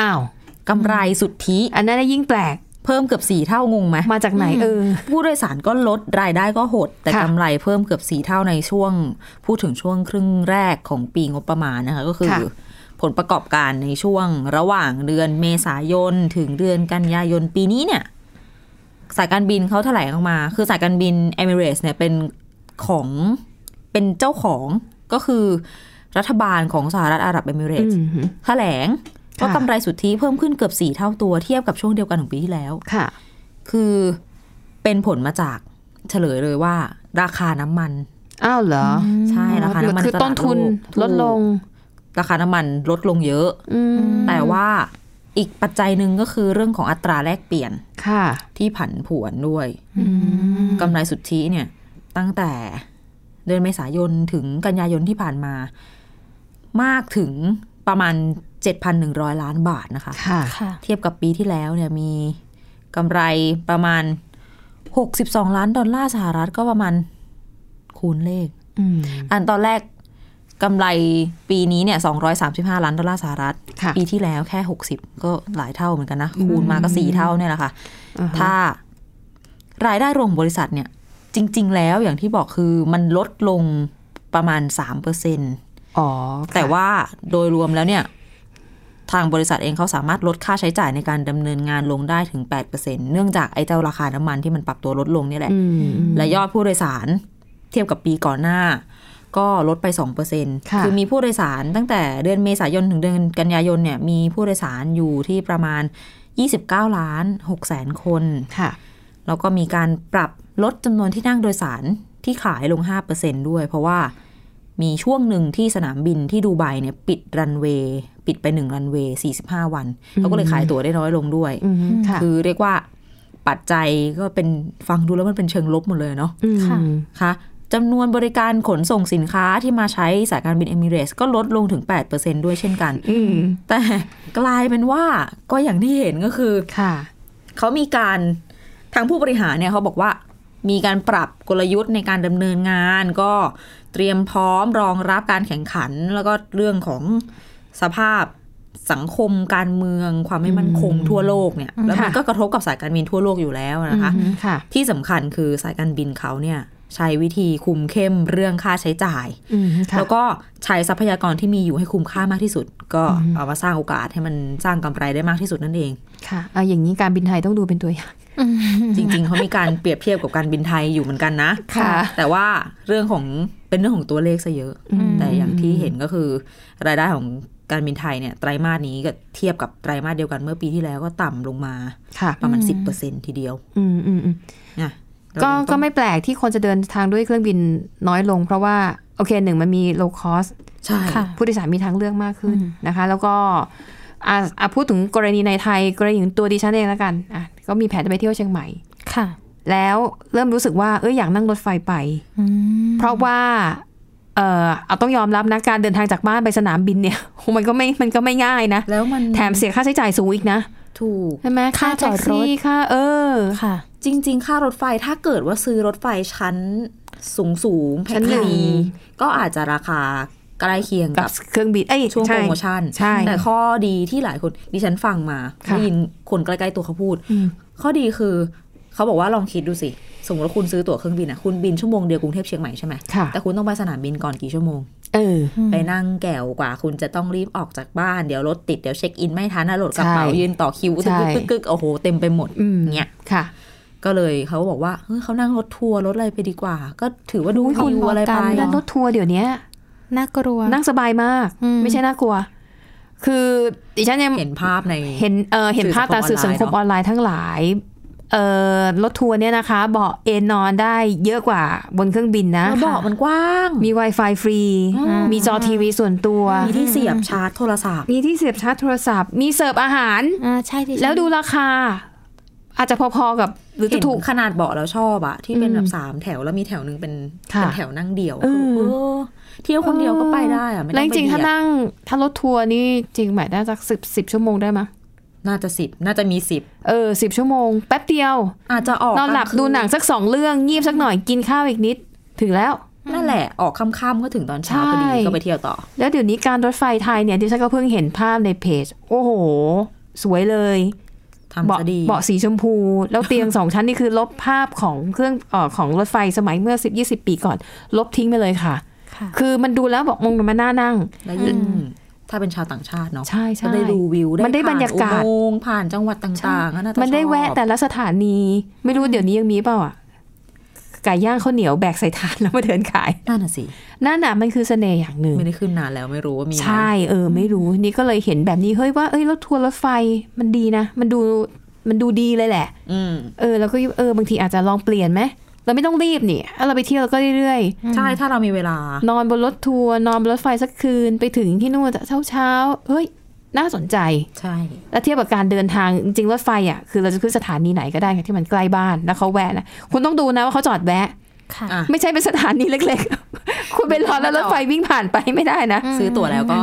[SPEAKER 2] อ้าว
[SPEAKER 3] กำไรสุทธิ
[SPEAKER 2] อันนั้นนะยิ่งแปลก
[SPEAKER 3] เพิ่มเกือบสี่เท่างงไหม
[SPEAKER 2] มาจากไหนเออ
[SPEAKER 3] ผู้โดยสารก็ลดรายได้ก็หด แต่
[SPEAKER 2] ค่ะ
[SPEAKER 3] กำไรเพิ่มเกือบสีเท่าในช่วง พูดถึงช่วงครึ่งแรกของปีงบประมาณนะคะ ก็คือ
[SPEAKER 2] ค่ะ
[SPEAKER 3] ผลประกอบการในช่วงระหว่างเดือนเมษายน ถึงเดือนกันยายนปีนี้เนี่ย สายการบินเขาแถลงออกมา คือสายการบิน e อ i r a t e s เนี่ยเป็นของเป็นเจ้าของก็คือรัฐบาลของสหรัฐอาหรับเอมิเร
[SPEAKER 2] อื
[SPEAKER 3] ตส์
[SPEAKER 2] ม
[SPEAKER 3] แถลงว่า
[SPEAKER 2] ค่ะ
[SPEAKER 3] กำไรสุทธิเพิ่มขึ้นเกือบสี่เท่าตัวเทียบกับช่วงเดียวกันของปีที่แล้ว
[SPEAKER 2] ค่ะ
[SPEAKER 3] คือเป็นผลมาจากเฉลยเลยว่า ราคาน้ำมัน
[SPEAKER 2] อ้าวเหรอ
[SPEAKER 3] ใช่ราคาน้ำมัน
[SPEAKER 2] คือต้นทุน
[SPEAKER 3] ตา
[SPEAKER 2] ล
[SPEAKER 3] โก
[SPEAKER 2] ดลง
[SPEAKER 3] ราคาน้ำมันลดลงเยอะ
[SPEAKER 2] อืม
[SPEAKER 3] แต่ว่าอีกปัจจัยหนึ่งก็คือเรื่องของอัตราแลกเปลี่ยน
[SPEAKER 2] ค่ะ
[SPEAKER 3] ที่ผันผวนด้วยกำไรสุทธิเนี่ย ตั้งแต่เดือนเมษายนถึงกันยายนที่ผ่านมา มากถึงประมาณ 7,100 ล้านบาทนะคะ
[SPEAKER 2] ค่ะ
[SPEAKER 4] ค่ะ <laughs>
[SPEAKER 3] เทียบกับปีที่แล้วเนี่ยมีกำไรประมาณ 62 ล้านดอลลาร์สหรัฐก็ประมาณคูณเลข
[SPEAKER 2] อืม
[SPEAKER 3] อันตอนแรกกำไรปีนี้เนี่ย 235 ล้านดอลลาร์สหรัฐ
[SPEAKER 2] ค่ะ
[SPEAKER 3] ปีที่แล้วแค่ 60 ก็หลายเท่าเหมือนกันนะ คูณมาก็ 4 เท่าเนี่ยแหละค่ะ
[SPEAKER 2] อ่าฮะ
[SPEAKER 3] ถ้ารายได้รวมของบริษัทเนี่ย จริง ๆ แล้วอย่างที่บอกคือมันลดลงประมาณ 3%เปอร์เซ็นต์
[SPEAKER 2] อ๋อค่ะ
[SPEAKER 3] แต่ว่าโดยรวมแล้วเนี่ย ทางบริษัทเองเขาสามารถลดค่าใช้จ่ายในการดำเนินงานลงได้ถึง 8%เนื่องจากไอ้เจ้าราคาน้ำมันที่มันปรับตัวลดลงเนี่ยแหละ
[SPEAKER 2] อืม
[SPEAKER 3] และยอดผู้โดยสารเทียบกับปีก่อนหน้า ก็ลดไป 2%
[SPEAKER 2] ค่ะ
[SPEAKER 3] อมีผู้โดยสารตั้งแต่เดือนเมษายนถึงเดือนกันยายนเนี่ย มีผู้โดยสารอยู่ที่ประมาณ 29 ล้าน6แสนคน
[SPEAKER 2] ค่ะ
[SPEAKER 3] แล้วก็มีการปรับลดจำนวนที่นั่งโดยสารที่ขายลง 5%ด้วย เพราะว่ามีช่วงหนึ่งที่สนามบินที่ดูไบเนี่ยปิดรันเวย์ปิดไป 1 รันเวย์ 45 วัน เขาก็เลยขายตั๋วได้น้อยลงด้วย
[SPEAKER 2] อืมค่ะ
[SPEAKER 3] คือเรียกว่าปัจจัยก็เป็นฟังดูแล้วมันเป็นเชิงลบหมดเลยเนาะ
[SPEAKER 2] ม
[SPEAKER 4] ค่ะ
[SPEAKER 3] ค่ะจำนวนบริการขนส่งสินค้าที่มาใช้สายการบินเอมิเรสก็ลดลงถึง 8%ด้วยเช่นกัน
[SPEAKER 2] อืม
[SPEAKER 3] แต่กลายเป็นว่าก็อย่างที่เห็นก็คือ
[SPEAKER 2] ค่ะ
[SPEAKER 3] เขามีการทางผู้บริหารเนี่ยเขาบอกว่ามีการปรับกลยุทธ์ในการดำเนินงาน ก็เตรียมพร้อมรองรับการแข่งขัน แล้วก็เรื่องของสภาพสังคมการเมือง ความไม่มั่นคงทั่วโลกเนี่ยแล้วมัน
[SPEAKER 2] ค่ะ
[SPEAKER 3] ก็กระทบกับสายการบินทั่วโลกอยู่แล้วนะคะ
[SPEAKER 2] อืมค่ะ
[SPEAKER 3] ที่สำคัญคือสายการบินเขาเนี่ยใช้วิธีคุมเข้มเรื่องค่าใช้จ่าย
[SPEAKER 2] อืมค่ะ
[SPEAKER 3] แล้วก็ใช้ทรัพยากรที่มีอยู่ให้คุ้มค่ามากที่สุด ก็เอามาสร้างโอกาสให้มันสร้างกำไรได้มากที่สุดนั่นเอง
[SPEAKER 2] ค่ะเอาอย่างนี้การบินไทยต้องดูเป็นตัวอย่าง
[SPEAKER 3] จริงๆ เขามีการเปรียบเทียบกับการบินไทยอยู่เหมือนกันนะ
[SPEAKER 2] ค่ะ
[SPEAKER 3] แต่ว่าเรื่องของเป็นเรื่องของตัวเลขซะเยอะ แต่อย่างที่เห็นก็คือ รายได้ของการบินไทยเนี่ยไตรมาสนี้ก็เทียบกับไตรมาสเดียวกันเมื่อปีที่แล้วก็ต่ำลงมา
[SPEAKER 2] ค่ะ
[SPEAKER 3] ประมาณ 10%ทีเดียว
[SPEAKER 2] อืมอืมอืม
[SPEAKER 3] นะ
[SPEAKER 2] ก็
[SPEAKER 3] เรายังต้
[SPEAKER 2] ก็
[SPEAKER 3] อง
[SPEAKER 2] ไม่แปลกที่คนจะเดินทางด้วยเครื่องบินน้อยลง เพราะว่า โอเคหนึ่งมันมีโลคอส
[SPEAKER 3] ใช่
[SPEAKER 4] ค่ะ
[SPEAKER 2] ผู้โดยสารมีทางเลือกมากขึ้นนะคะ แล้วก็อ่ะอ่ะพูดถึงกรณีในไทยกรณีของตัวดิฉันเองแล้วกันอ่ะก็มีแผนจะไปเที่ยวเชียงใหม่
[SPEAKER 4] ค่ะ
[SPEAKER 2] แล้วเริ่มรู้สึกว่าเอ้ยอยากนั่งรถไฟไป
[SPEAKER 4] อืม
[SPEAKER 2] เพราะว่า เออเอาต้องยอมรับนะการเดินทางจากบ้านไปสนามบินเนี่ย <laughs> มันก็ไม่มันก็ไม่ง่ายนะ
[SPEAKER 3] แล้วมัน
[SPEAKER 2] แถมเสียค่าใช้จ่ายสูงอีกนะ
[SPEAKER 3] ถูก
[SPEAKER 2] ใช่ไหมค่าแท็กซี่ค่าเออ
[SPEAKER 4] ค่ะ
[SPEAKER 3] จริง ๆ ค่ารถไฟถ้าเกิดว่าซื้อรถไฟชั้นสูงสูงๆแพ็
[SPEAKER 2] ชั้
[SPEAKER 3] คน
[SPEAKER 2] หนึ่ง
[SPEAKER 3] นี้ก็อาจจะราคาใกล้เคียง
[SPEAKER 2] กั
[SPEAKER 3] กั
[SPEAKER 2] บบ เครื่องบินเอ้ย
[SPEAKER 3] ช่วง
[SPEAKER 2] ใ
[SPEAKER 3] โปรโมชั่น
[SPEAKER 2] ใช่
[SPEAKER 3] แต่ข้อดีที่หลายคนดิฉันฟังมา
[SPEAKER 2] ค่ะ
[SPEAKER 3] ได้ยินคนใกล้ๆตัวเขาพูด
[SPEAKER 2] อืม
[SPEAKER 3] ข้อดีคือ เขาบอกว่าลองคิดดูสิ สมมติว่าคุณซื้อตั๋วเครื่องบินอ่ะคุณบินชั่วโมงเดียวกรุงเทพเชียงใหม่ใช่ไหม
[SPEAKER 2] ค่ะ
[SPEAKER 3] แต่คุณต้องไปสนามบินก่อนกี่ชั่วโมง
[SPEAKER 2] เออ
[SPEAKER 3] ไปนั่งแกวกว่า คุณจะต้องรีบออกจากบ้านเดี๋ยวรถติดเดี๋ยวเช็คอินไม่ทันนะโหลดกระเป๋า
[SPEAKER 2] ใช่
[SPEAKER 3] ยืนต่อคิว
[SPEAKER 2] ใช่
[SPEAKER 3] ตึกกึกกึกๆๆๆโอ้โหเต็มไปหมด
[SPEAKER 2] อืม
[SPEAKER 3] เนี่ย
[SPEAKER 2] ค่ะ
[SPEAKER 3] ก็เลยเขาบอกว่าเฮ้ยเขานั่งรถทัวร์รถอะไรไปดีกว่า ก็ถือว่าดู
[SPEAKER 2] อุ๊ยคุ
[SPEAKER 3] วิ
[SPEAKER 2] ณ
[SPEAKER 3] วอะไรไป
[SPEAKER 4] บอกกัน
[SPEAKER 2] แล้วรถทัวร์เดี๋ยวเนี้ย
[SPEAKER 4] น่ากลัว
[SPEAKER 2] นั่งสบายมาก
[SPEAKER 4] อืม
[SPEAKER 2] ไม่ใช่น่ากลัว คือดิฉันยัง
[SPEAKER 3] เห็นภาพใน
[SPEAKER 2] เห็นเออเห็นภาพตาม
[SPEAKER 3] สื่
[SPEAKER 2] สื่
[SPEAKER 3] อ
[SPEAKER 2] อสัง
[SPEAKER 3] สังค
[SPEAKER 2] ค
[SPEAKER 3] ม
[SPEAKER 2] ม
[SPEAKER 3] อ
[SPEAKER 2] อ
[SPEAKER 3] อ
[SPEAKER 2] อนน
[SPEAKER 3] ไล
[SPEAKER 2] ไล
[SPEAKER 3] น์
[SPEAKER 2] น์ทั้งหลายเออรถทัวร์เนี่ยนะคะเบาะเอนนอนได้เยอะกว่าบนเครื่องบินนะ
[SPEAKER 3] แล้วเบาะมันกว้าง
[SPEAKER 2] มี Wi-Fi ฟรี มีจอทีวีส่วนตัว
[SPEAKER 3] มีที่เสียบชาร์จโทรศัพท์
[SPEAKER 2] มีที่เสียบชาร์จโทรศัพท์ มีเสิร์ฟอาหาร
[SPEAKER 4] อ่าใช่ดิฉัน
[SPEAKER 2] แล้วดูราคา อาจจะพอๆกับ หรือ
[SPEAKER 3] เห็
[SPEAKER 2] จะ
[SPEAKER 3] น
[SPEAKER 2] ถูก
[SPEAKER 3] ขนาดเบาะแล้วชอบอะที่เป็น
[SPEAKER 2] อืม
[SPEAKER 3] แบบสามแถวแล้วมีแถวหนึ่งเป็น
[SPEAKER 2] ค่ะ
[SPEAKER 3] เป็นแถวนั่งเดี่ยว
[SPEAKER 2] เออ
[SPEAKER 3] เออเที่ยวคนเดียวก็ไปได้อะไม่ต้
[SPEAKER 2] แล้ว
[SPEAKER 3] อง
[SPEAKER 2] จ
[SPEAKER 3] ไป
[SPEAKER 2] ริงๆถ้า
[SPEAKER 3] เบียด
[SPEAKER 2] นั่งถ้ารถทัวร์นี่จริงหมายได้สักสิบสิบชั่วโมงได้ไหมย
[SPEAKER 3] น่าจะสิบน่าจะมีสิบ
[SPEAKER 2] เออสิบชั่วโมงแป๊บเดียว
[SPEAKER 3] อาจจะออก
[SPEAKER 2] นอนหลับ
[SPEAKER 3] กลางคื
[SPEAKER 2] ดูหนังสักสองเรื่องงีบสักหน่อยกินข้าวอีกนิด ถึงแล้ว
[SPEAKER 3] นั่นแหละออกค่ำๆก็ถึงตอนเช้าพอดี
[SPEAKER 2] ใช่
[SPEAKER 3] ก็ไปเที่ยวต่อ
[SPEAKER 2] แล้วเดี๋ยวนี้การรถไฟไทยเนี่ยดิฉันก็เพิ่งเห็นภาพในเพจ โอ้โห สวยเลย
[SPEAKER 3] ทำ
[SPEAKER 2] เบาะ
[SPEAKER 3] จะดี
[SPEAKER 2] เบาะสีชมพู แล้วเตียง สองชั้นนี่คือลบภาพของเครื่องเออของรถไฟสมัยเมื่อ 10 20 ปีก่อน ลบทิ้งไปเลยค่ะ
[SPEAKER 4] ค่ะ
[SPEAKER 2] คือมันดูแล้วบอกมงมันน่านั่ง
[SPEAKER 3] และยิ่งถ้าเป็นชาวต่างชาติเนาะ
[SPEAKER 2] ใช่ใช่
[SPEAKER 3] จะได้ดูวิว
[SPEAKER 2] มันได้บรรยากาศ
[SPEAKER 3] ผ่นอุโมงค์ผ่านจังหวัดต่างๆอะน่าจะ
[SPEAKER 2] มันได้
[SPEAKER 3] ชอบ
[SPEAKER 2] แวะแต่ละสถานี ไม่รู้เดี๋ยวนี้ยังมีเปล่าอ่ะไก่ย่างข้าวเหนียวแบกใส่ถาดแล้วมาเดินขาย
[SPEAKER 3] นั่นน่ะสิ
[SPEAKER 2] นั่นน่ะมันคือเสน่ห์อย่างหนึ่ง
[SPEAKER 3] ไม่ได้ขึ้นนานแล้วไม่รู้ว่ามีไหม
[SPEAKER 2] ใช่เออไม่รู้นี่ก็เลยเห็นแบบนี้เฮ้ยว่าเอ้ยรถทัวร์รถไฟมันดีนะ มันดูมันดูดีเลยแหละ
[SPEAKER 3] อืม
[SPEAKER 2] เออแล้วก็เออบางทีอาจจะลองเปลี่ยนไหมเราไม่ต้องรีบนี่เอาเราไปเที่ยวเราก็เรื่อย
[SPEAKER 3] ใช่ถ้าเรามีเวลา
[SPEAKER 2] ๆ นอนบนรถทัวร์นอนบนรถไฟสักคืนไปถึงที่นู่นเช้าเช้าๆเฮ้ยน่าสนใจ
[SPEAKER 3] ใช่
[SPEAKER 2] แล้วเทียบกับการเดินทางจริงๆรถไฟอ่ะคือเราจะขึ้นสถานีไหนก็ได้ค่ะที่มันใกล้บ้านแล้วเขาแวะนะคุณต้องดูนะว่าเขาจอดแวะ
[SPEAKER 4] ค่ะ
[SPEAKER 3] อ่ะ
[SPEAKER 2] ไม่ใช่เป็นสถานีเล็กๆ <laughs> คุณไปรอแล้วรถไฟวิ่งผ่านไปไม่ได้นะ
[SPEAKER 3] ซื้อตั๋วแล้วก็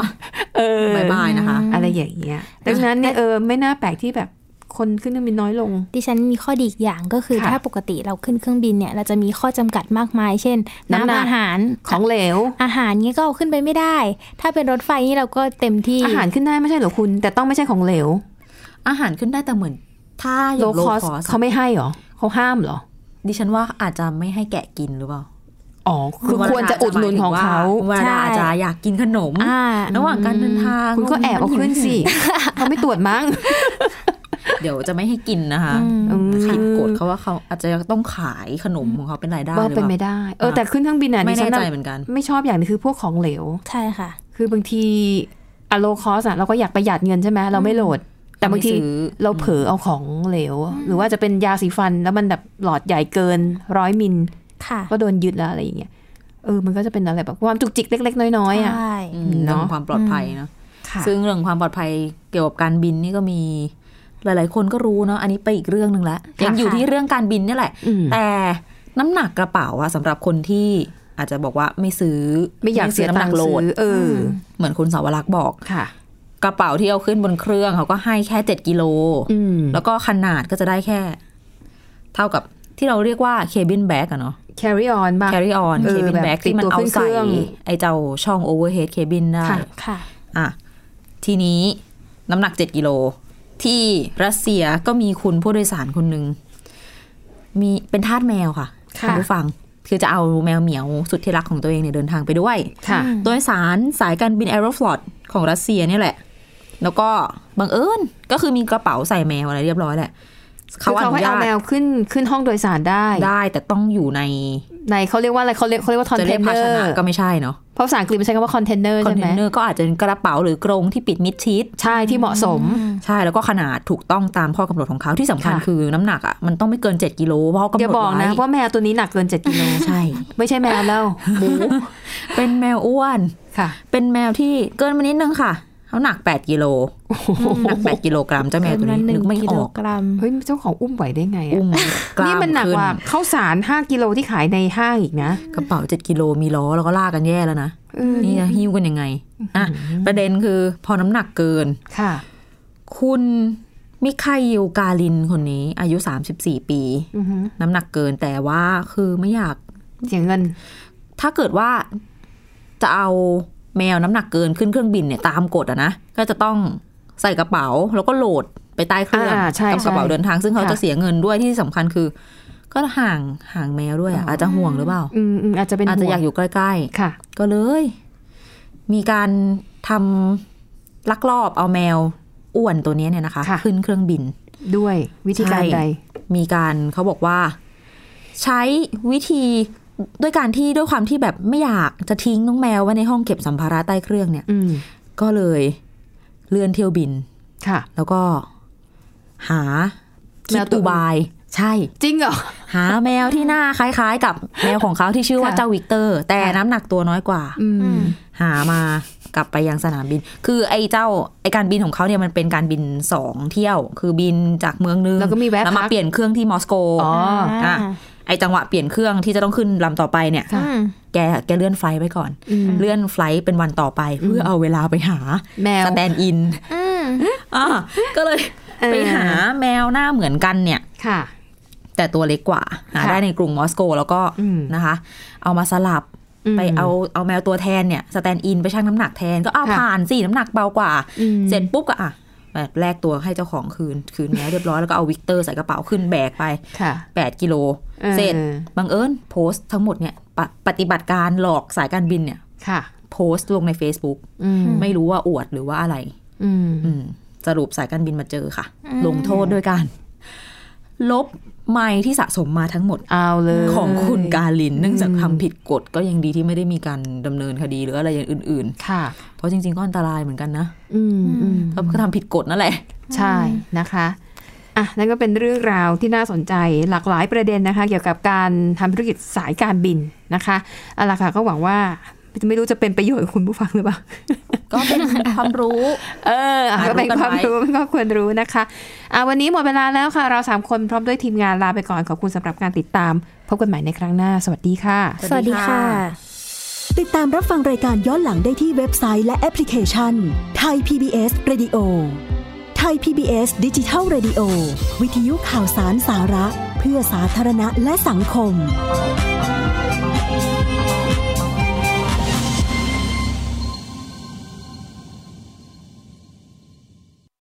[SPEAKER 2] เออ
[SPEAKER 3] บายบายนะคะ
[SPEAKER 2] อะไรอย่างเงี้ย ดังนั้นเนี่ยเออไม่น่าแปลกที่แบบคนขึ้นเครื่องบินน้อยลง
[SPEAKER 4] ดิฉันมีข้อดีอีกอย่างก็คือ
[SPEAKER 2] ค่ะ
[SPEAKER 4] ถ้าปกติเราขึ้นเครื่องบินเนี่ย เราจะมีข้อจำกัดมากมาย เช่น
[SPEAKER 2] น้ำหนั
[SPEAKER 4] น้ำ
[SPEAKER 2] ก
[SPEAKER 4] อาหาร
[SPEAKER 2] ของเหลว
[SPEAKER 4] อาหารเงี้ยก็เอาขึ้นไปไม่ได้ ถ้าเป็นรถไฟนี่เราก็เต็มที่
[SPEAKER 2] อาหารขึ้นได้ไม่ใช่เหรอคุณ แต่ต้องไม่ใช่ของเหลว
[SPEAKER 3] อาหารขึ้นได้แต่เหมือน ถ้าอ
[SPEAKER 2] โล
[SPEAKER 3] ย่างโล
[SPEAKER 2] คอส
[SPEAKER 3] คอส
[SPEAKER 2] เขาไม่ให้เหรอเขาห้ามเหรอ
[SPEAKER 3] ดิฉันว่าอาจจะไม่ให้แกะกินหรือเปล่า
[SPEAKER 2] อ๋อ คือ
[SPEAKER 3] ณว
[SPEAKER 2] ควรจะอุดหนุนของเขา
[SPEAKER 3] คุณวรา
[SPEAKER 4] ใช่
[SPEAKER 3] อาจจะอยากกินขนม
[SPEAKER 4] อ่า
[SPEAKER 3] ระหว่างการเดินทาง
[SPEAKER 2] คุณก็แอบเอาขึ้น
[SPEAKER 3] <laughs>
[SPEAKER 2] สิเขาไม่ตรวจมั้ง
[SPEAKER 3] เดี๋ยวจะไม่ให้กินนะคะ
[SPEAKER 2] อืม
[SPEAKER 3] ผิดกฎเขาว่าเขาอาจจะต้องขายขนมของเขาเป็นรายได้หรื
[SPEAKER 2] ว่า
[SPEAKER 3] อเป
[SPEAKER 2] เป็นไม่
[SPEAKER 3] ล่า
[SPEAKER 2] ได้ เออ
[SPEAKER 3] อ่ะ
[SPEAKER 2] แต่ขึ้นเครื่องบินอ่ะ
[SPEAKER 3] ไม่
[SPEAKER 2] ดิฉั
[SPEAKER 3] แน่
[SPEAKER 2] น
[SPEAKER 3] ใจ
[SPEAKER 2] น่ะ
[SPEAKER 3] เหมือนกัน
[SPEAKER 2] ไม่ชอบอย่างหนึงคือพวกของเหลว
[SPEAKER 4] ใช่ค่ะ
[SPEAKER 2] คือบางทีอะโลคอสอ่ะเราก็อยากประหยัดเงินใช่ไหมเราไม่โหลด แต่บางที
[SPEAKER 3] ไม่ซื้อ
[SPEAKER 2] เราเผลอเอาของเหลว หรือว่าจะเป็นยาสีฟันแล้วมันแบบหลอดใหญ่เกินร้อยมิล
[SPEAKER 4] ค่ะ
[SPEAKER 2] ก็โดนยึดแล้วอะไรอย่างเงี้ย เออ มันก็จะเป็นอะไรแบบความจุกจิกเล็ก ๆ น้อยๆอ่ะ
[SPEAKER 4] ใช่
[SPEAKER 3] อืมเรื่อง
[SPEAKER 2] เนาะ
[SPEAKER 3] ความปลอดภัยเนาะ
[SPEAKER 2] ค่ะ
[SPEAKER 3] ซึ่งเรื่องความปลอดภัยเกี่ยวกับการบินนี่ก็มีหลาย ๆ คนก็รู้เนาะอันนี้ไปอีกเรื่องหนึ่งละยังอยู่
[SPEAKER 4] ค่ะ
[SPEAKER 3] ที่เรื่องการบินนี่แหละ
[SPEAKER 2] อืม
[SPEAKER 3] แต่น้ำหนักกระเป๋าอะสำหรับคนที่อาจจะบอกว่าไม่ซื้อ
[SPEAKER 2] ไม่อยากเสีย
[SPEAKER 3] น้ำ
[SPEAKER 2] ตั
[SPEAKER 3] หนั
[SPEAKER 2] ง
[SPEAKER 3] ก
[SPEAKER 2] ค์
[SPEAKER 3] โหลด
[SPEAKER 2] ซื้อเอออ
[SPEAKER 3] เหมือนคุณสาวรักษ์บอก
[SPEAKER 2] ค่ะ
[SPEAKER 3] กระเป๋าที่เอาขึ้นบนเครื่องเขาก็ให้แค่เจ็ดกิโล
[SPEAKER 2] อืม
[SPEAKER 3] แล้วก็ขนาดก็จะได้แค่ เท่ากับที่เราเรียกว่า cabin bag อะเนาะ
[SPEAKER 2] carry on บ้าง
[SPEAKER 3] carry on
[SPEAKER 2] เออ
[SPEAKER 3] cabin
[SPEAKER 2] แบบ
[SPEAKER 3] bag
[SPEAKER 2] ติด
[SPEAKER 3] ที่มัน
[SPEAKER 2] ตัว
[SPEAKER 3] เอา
[SPEAKER 2] ขึ้นเค
[SPEAKER 3] ใส่
[SPEAKER 2] รื่อง
[SPEAKER 3] ไอ้เจ้าช่อง overhead cabin ได้
[SPEAKER 2] ค่ะ
[SPEAKER 4] ค่ะ
[SPEAKER 3] อ่ะทีนี้น้ำหนักเจ็ดกิโลที่รัสเซียก็มีคุณผู้โดยสารคนหนึ่งมีเป็นทาสแมวค่ะ
[SPEAKER 2] ค่ะ
[SPEAKER 3] ณผู้ฟังคือจะเอาแมวเหมียวสุดที่รักของตัวเองเนี่ยเดินทางไปด้วย
[SPEAKER 2] ค่ะ
[SPEAKER 3] โดยสารสายการบินแอโรฟลอตของรัสเซียเนี่ยแหละ แล้วก็บังเอิญก็คือมีกระเป๋าใส่แมวอะไรเรียบร้อยแหละ
[SPEAKER 2] เขา
[SPEAKER 3] เขาอ
[SPEAKER 2] เขา
[SPEAKER 3] นุ
[SPEAKER 2] ให้
[SPEAKER 3] ญา
[SPEAKER 2] เอา
[SPEAKER 3] ต
[SPEAKER 2] แมวขึ้นขึ้นห้องโดยสารได้
[SPEAKER 3] ได้แต่ต้องอยู่ใน
[SPEAKER 2] ในเขาเรียกว่าอะไรเขาเรียกเขาเรียกว่า
[SPEAKER 3] จะเรียก
[SPEAKER 2] container
[SPEAKER 3] ภาชนะก็ไม่ใช่เนาะ
[SPEAKER 2] เพราะภาษาอังกฤษมันใช้คำว่า container
[SPEAKER 3] คอน
[SPEAKER 2] ใช่
[SPEAKER 3] เท
[SPEAKER 2] ไหม
[SPEAKER 3] นเนอร์ก็อาจจะเป็นกระเป๋าหรือกรงที่ปิดมิดชิด
[SPEAKER 2] ใช่ที่เหมาะสม
[SPEAKER 3] ใช่แล้วก็ขนาดถูกต้องตามข้อกำหนดของเขาที่สำคัญ
[SPEAKER 2] ค่ะ
[SPEAKER 3] คือน้ำหนักอ่ะมันต้องไม่เกิน 7กิโลเพราะเขากำหน
[SPEAKER 2] อย่า
[SPEAKER 3] ด
[SPEAKER 2] บอก
[SPEAKER 3] ไว้
[SPEAKER 2] นะว่าแมวตัวนี้หนักเกิน7กิโล
[SPEAKER 3] ใช่
[SPEAKER 2] ไม่ใช่แม
[SPEAKER 3] <laughs>
[SPEAKER 2] วแล้วหมู
[SPEAKER 3] เป็นแมวอ้วน
[SPEAKER 2] ค่ะ
[SPEAKER 3] เป็นแมวที่เกินมานิดนึงค่ะ เขาหนักแปดกิโลหนักแปดกิโลกรัมเจ้าแมวตัวนี้
[SPEAKER 4] ห
[SPEAKER 3] นึ
[SPEAKER 4] นึ่ง
[SPEAKER 3] กไม่
[SPEAKER 4] กิ
[SPEAKER 3] อ
[SPEAKER 4] โล
[SPEAKER 3] อก
[SPEAKER 4] กรัม
[SPEAKER 2] เฮ้ยเจ้าของอุ้มไหวได้ไง
[SPEAKER 3] อุ้
[SPEAKER 2] อะ
[SPEAKER 3] มกล้าม
[SPEAKER 2] นี่มันหนัก
[SPEAKER 3] ขึ้
[SPEAKER 2] กว่าข้าวสาร 5 กิโลที่ขายในห้างอีกนะ
[SPEAKER 3] กระเป๋าเจ็ดกิโลมีล้อแล้วก็ลากกันแย่แล้วนะ
[SPEAKER 2] เออ
[SPEAKER 3] นี่จะหิ้วกันยังไงอ่ะประเด็นคือพอน้ำหนักเกิน
[SPEAKER 2] ค่ะ
[SPEAKER 3] คุณมิคายิลกาลินคนนี้ อายุ 34 ปี
[SPEAKER 2] อือหือ
[SPEAKER 3] น้ำหนักเกินแต่ว่าคือไม่อยาก
[SPEAKER 2] เสียเงิน
[SPEAKER 3] ถ้าเกิดว่าจะเอาแมวน้ำหนักเกินขึ้นเครื่องบินเนี่ยตามกฎอะนะก็จะต้องใส่กระเป๋าแล้วก็โหลดไปใต้เครื่อง
[SPEAKER 2] อ่าใช่
[SPEAKER 3] กั
[SPEAKER 2] ใช่
[SPEAKER 3] กระเป๋าเดินทางซึ่งเขา
[SPEAKER 2] ค่ะ
[SPEAKER 3] จะเสียเงินด้วยที่สำคัญคือ ก็ห่างห่างแมวด้วยอะอาจจะห่วงหรือเปล่า
[SPEAKER 2] อืมอืมอาจจะเป็น
[SPEAKER 3] อาจจะอยากอยู่ใกล้
[SPEAKER 2] ค่ะ
[SPEAKER 3] ๆ ก็เลย มีการทำลักลอบเอาแมวอ้วนตัวเนี้ยเนี่ยนะคะ
[SPEAKER 2] ค่ะ
[SPEAKER 3] ขึ้นเครื่องบิน
[SPEAKER 2] ด้วยวิธีการ
[SPEAKER 3] ใช่
[SPEAKER 2] ใด
[SPEAKER 3] มีการเขาบอกว่า ใช้วิธีด้วยการที่ด้วยความที่แบบไม่อยากจะทิ้งน้องแมวไว้ในห้องเก็บสัมภาระใต้เครื่องเนี่ย
[SPEAKER 2] อืม
[SPEAKER 3] ก็เลยเลื่อนเที่ยวบิน
[SPEAKER 2] ค่ะ
[SPEAKER 3] แล้วก็หาคิ
[SPEAKER 2] แม
[SPEAKER 3] ด
[SPEAKER 2] วตัว
[SPEAKER 3] อุบาย ใช่
[SPEAKER 2] จริงเหรอ
[SPEAKER 3] หาแมวที่หน้าคล้ายๆ กับแมวของเขาที่ชื่อว่า
[SPEAKER 2] ค่ะ
[SPEAKER 3] เจ้าวิกเตอร์ แต่น้ำหนักตัวน้อยกว่า
[SPEAKER 2] อืม
[SPEAKER 3] หามากลับไปยังสนามบิน คือไอ้เจ้าไอ้การบินของเขาเนี่ยมันเป็นการบินสองเที่ยว คือบินจากเมืองนึง
[SPEAKER 2] แล้วก็มีแวะ
[SPEAKER 3] แล้ว
[SPEAKER 2] พั
[SPEAKER 3] มาก เปลี่ยนเครื่องที่มอสโก
[SPEAKER 2] อ๋อ
[SPEAKER 3] อ่ะไอจังหวะเปลี่ยนเครื่องที่จะต้องขึ้นลำต่อไปเนี่ย
[SPEAKER 2] ค่ะ
[SPEAKER 3] แกแกเลื่อนไฟล์ไว้ก่อน
[SPEAKER 2] อืม
[SPEAKER 3] เลื่อนไฟล์เป็นวันต่อไป เพื่อเอาเวลาไปหา
[SPEAKER 2] แมว
[SPEAKER 3] สแตนด์อิน
[SPEAKER 4] อืม
[SPEAKER 3] อ่ะก็เลย
[SPEAKER 2] เออ
[SPEAKER 3] ไปหาแมวหน้าเหมือนกันเนี่ย
[SPEAKER 2] ค่ะ
[SPEAKER 3] แต่ตัวเล็กกว่า หา
[SPEAKER 2] ค่ะ
[SPEAKER 3] ได้ในกรุงมอสโก แล้วก็
[SPEAKER 2] อืม
[SPEAKER 3] นะคะ เอามาสลับ
[SPEAKER 2] ม
[SPEAKER 3] ไปเอาเอาแมวตัวแทนเนี่ยสแตนด์อินไปชั่งน้ำหนักแทนก็เอา
[SPEAKER 2] ค่ะ
[SPEAKER 3] ผ่านสิน้ำหนักเบากว่า
[SPEAKER 2] อืม
[SPEAKER 3] เสร็จปุ๊บก็อ่ะแบบแลกตัวให้เจ้าของคืนคืนแมวเรียบร้อยแล้วก็เอาวิกเตอร์ใส่กระเป๋าขึ้นแบกไป
[SPEAKER 2] ค่ะ
[SPEAKER 3] 8 กิโล เสร็จ
[SPEAKER 2] ออ
[SPEAKER 3] บังเอิญโพสต์ทั้งหมดเนี่ยปะปฏิบัติการหลอกสายการบินเนี่ย
[SPEAKER 2] ค่ะ
[SPEAKER 3] โพสต์ลงใน Facebook
[SPEAKER 2] อืม
[SPEAKER 3] ไม่รู้ว่าอวดหรือว่าอะไร
[SPEAKER 2] อืม
[SPEAKER 3] อืมสรุปสายการบินมาเจอค่ะ ลงโทษด้วยการ ลบไมล์ที่สะสมมาทั้งหมด
[SPEAKER 2] เอาเลย
[SPEAKER 3] ของคุณกาลิน เนื่องจากทำผิดกฎก็ยังดีที่ไม่ได้มีการดำเนินคดีหรืออะไรอย่างอื่น
[SPEAKER 2] ค่ะ
[SPEAKER 3] ๆ เพราะจริง ๆ ก็อันตรายเหมือนกันนะ
[SPEAKER 2] อืมอืม
[SPEAKER 3] ก็ทำผิดกฎนั่นแหละ <laughs>
[SPEAKER 2] ใช่นะคะอ่ะนั่นก็เป็นเรื่องราวที่น่าสนใจหลากหลายประเด็นนะคะ เกี่ยวกับการทำธุรกิจสายการบินนะคะเอาล่ะค่ะก็หวังว่าไม่รู้จะเป็นประโยชน์กับคุณผู้ฟังหรือเปล่า
[SPEAKER 3] ก็เป็นความรู้
[SPEAKER 2] เอออ่ะ
[SPEAKER 3] อ่ะ
[SPEAKER 2] ก็เป็น
[SPEAKER 3] รู้กัน
[SPEAKER 2] ความ
[SPEAKER 3] ไว้
[SPEAKER 2] รู้มันก็ควรรู้นะคะอ่ะวันนี้หมดเวลาแล้วค่ะ เราสามคนพร้อมด้วยทีมงานลาไปก่อนขอบคุณสำหรับการติดตาม พบกันใหม่ในครั้งหน้า สวัสดีค่ะ
[SPEAKER 4] สวัสดีค่ะ
[SPEAKER 8] ติดตามรับฟังรายการย้อนหลังได้ที่เว็บไซต์และแอปพลิเคชันไทย PBS Radio ไทย PBS ดิจิทัล Radio วิทยุข่าวสารสาระ เพื่อสาธารณะและสังคม